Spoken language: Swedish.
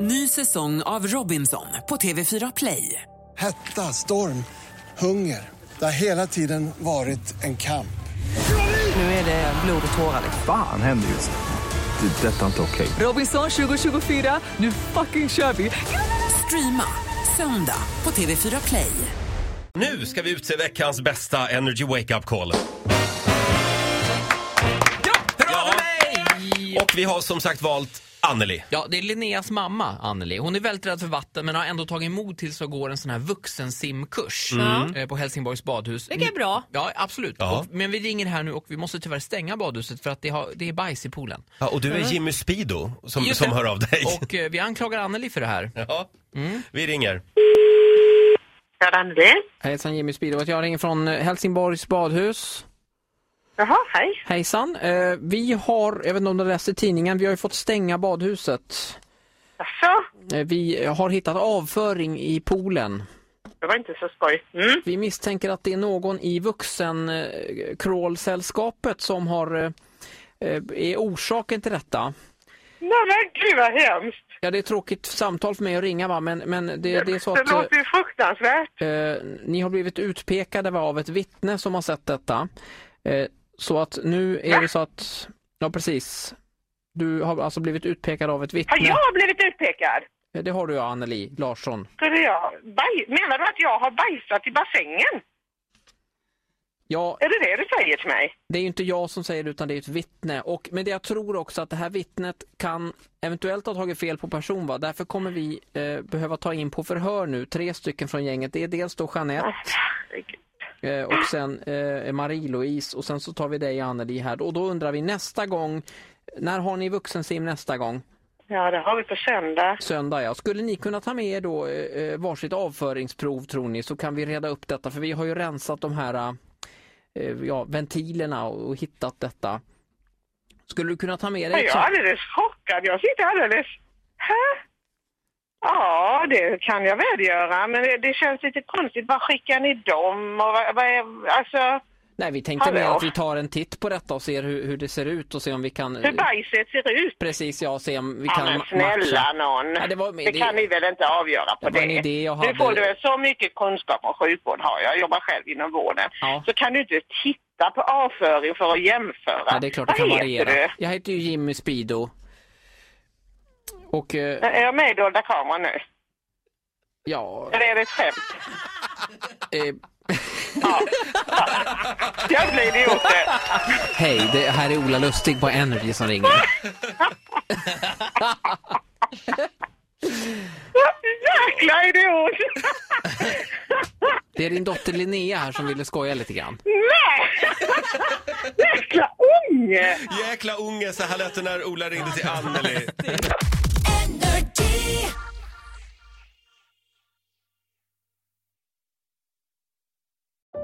Ny säsong av Robinson på TV4 Play. Hetta, storm, hunger. Det har hela tiden varit en kamp. Nu är det blod och tårar. Fan händer just nu. Det. är Detta är inte okej. Robinson 2024, nu fucking kör vi! Streama söndag på TV4 Play. Nu ska vi utse veckans bästa Energy Wake Up Call. Ja. Och vi har som sagt valt Anneli. Ja, det är Linneas mamma Anneli. Hon är väldigt rädd för vatten men har ändå tagit emot till sig och går en sån här vuxensimkurs Mm. eh, på Helsingborgs badhus. Vilket är bra. Ja, absolut. Ja. Och, men vi ringer här nu och vi måste tyvärr stänga badhuset för att det, har, det är bajs i poolen. Ja, och du är Jimmy Speedo som, Just som det. hör av dig. Och eh, vi anklagar Anneli för det här. Ja. Mm. Vi ringer. Ja, Randi. Hejsan Jimmy Speedo, jag ringer från eh, Helsingborgs badhus. Jaha, hej. Hejsan. Eh, vi har, jag vet inte om du läste tidningen, vi har ju fått stänga badhuset. Eh, Jaså? vi har hittat avföring i poolen. Det var inte så skoj. Mm. Vi misstänker att det är någon i vuxenkrålsällskapet som har, eh, eh, är orsaken till detta. Nej, men gud vad hemskt. Ja, det är ett tråkigt samtal för mig att ringa va, men, men det, det är så det att låter ju fruktansvärt. eh, ni har blivit utpekade va, av ett vittne som har sett detta. Eh, så att nu är det så att, ja precis. Du har alltså blivit utpekad av ett Har vittne. jag blivit utpekad? Eh, Det har du ja, Anneli Larsson. Skulle jag baj... Menar du att jag har bajsat i bassängen? Ja, Är det det du säger till mig? Det är ju inte jag som säger det utan det är ett vittne. Och, men det jag tror också att det här vittnet kan eventuellt ha tagit fel på person. Va? Därför kommer vi eh, behöva ta in på förhör nu tre stycken från gänget. Det är dels då Jeanette Ah, Herregud. eh, och sen eh, Marie-Louise och sen så tar vi dig Anneli här. då. Och då undrar vi nästa gång, när har ni vuxensim nästa gång? Ja, det har vi på söndag. Söndag ja. Skulle ni kunna ta med er då eh, eh, varsitt avföringsprov tror ni så kan vi reda upp detta för vi har ju rensat de här eh, ja, ventilerna och, och hittat detta. Skulle du kunna ta med Jag dig? är alldeles chockad. Jag sitter alldeles... Hä? Ja, det kan jag välgöra, men det, det känns lite konstigt. Vad skickar ni dem? Och vad, vad är, alltså, Nej, vi tänkte Hallå? mer att vi tar en titt på detta och ser hur, hur det ser ut och ser om vi kan... hur bajset ser ut? Precis ja, se om vi Ja, kan men ma- snälla matcha. någon. Ja, det det, var- det- kan ni väl inte avgöra på Det var en idé jag hade. Nu får du väl så mycket kunskap om sjukvård har jag. Jag jobbar själv inom vården. Ja. Så kan du inte titta på avföring för att jämföra. Ja, det är klart det Vad kan heter variera. du? Jag heter ju Jimmy Speedo. Och eh, Är jag med i Dolda kameran nu? ja... Eller är det ett skämt? Eh, Jag blir idioter. Hej, det här är Ola Lustig på Energy som ringer. Jäkla idiot! Det är din dotter Linnea här som ville skoja lite grann. Nej! Jäkla unge! Jäkla unge, så här lät det när Ola ringde till Anneli.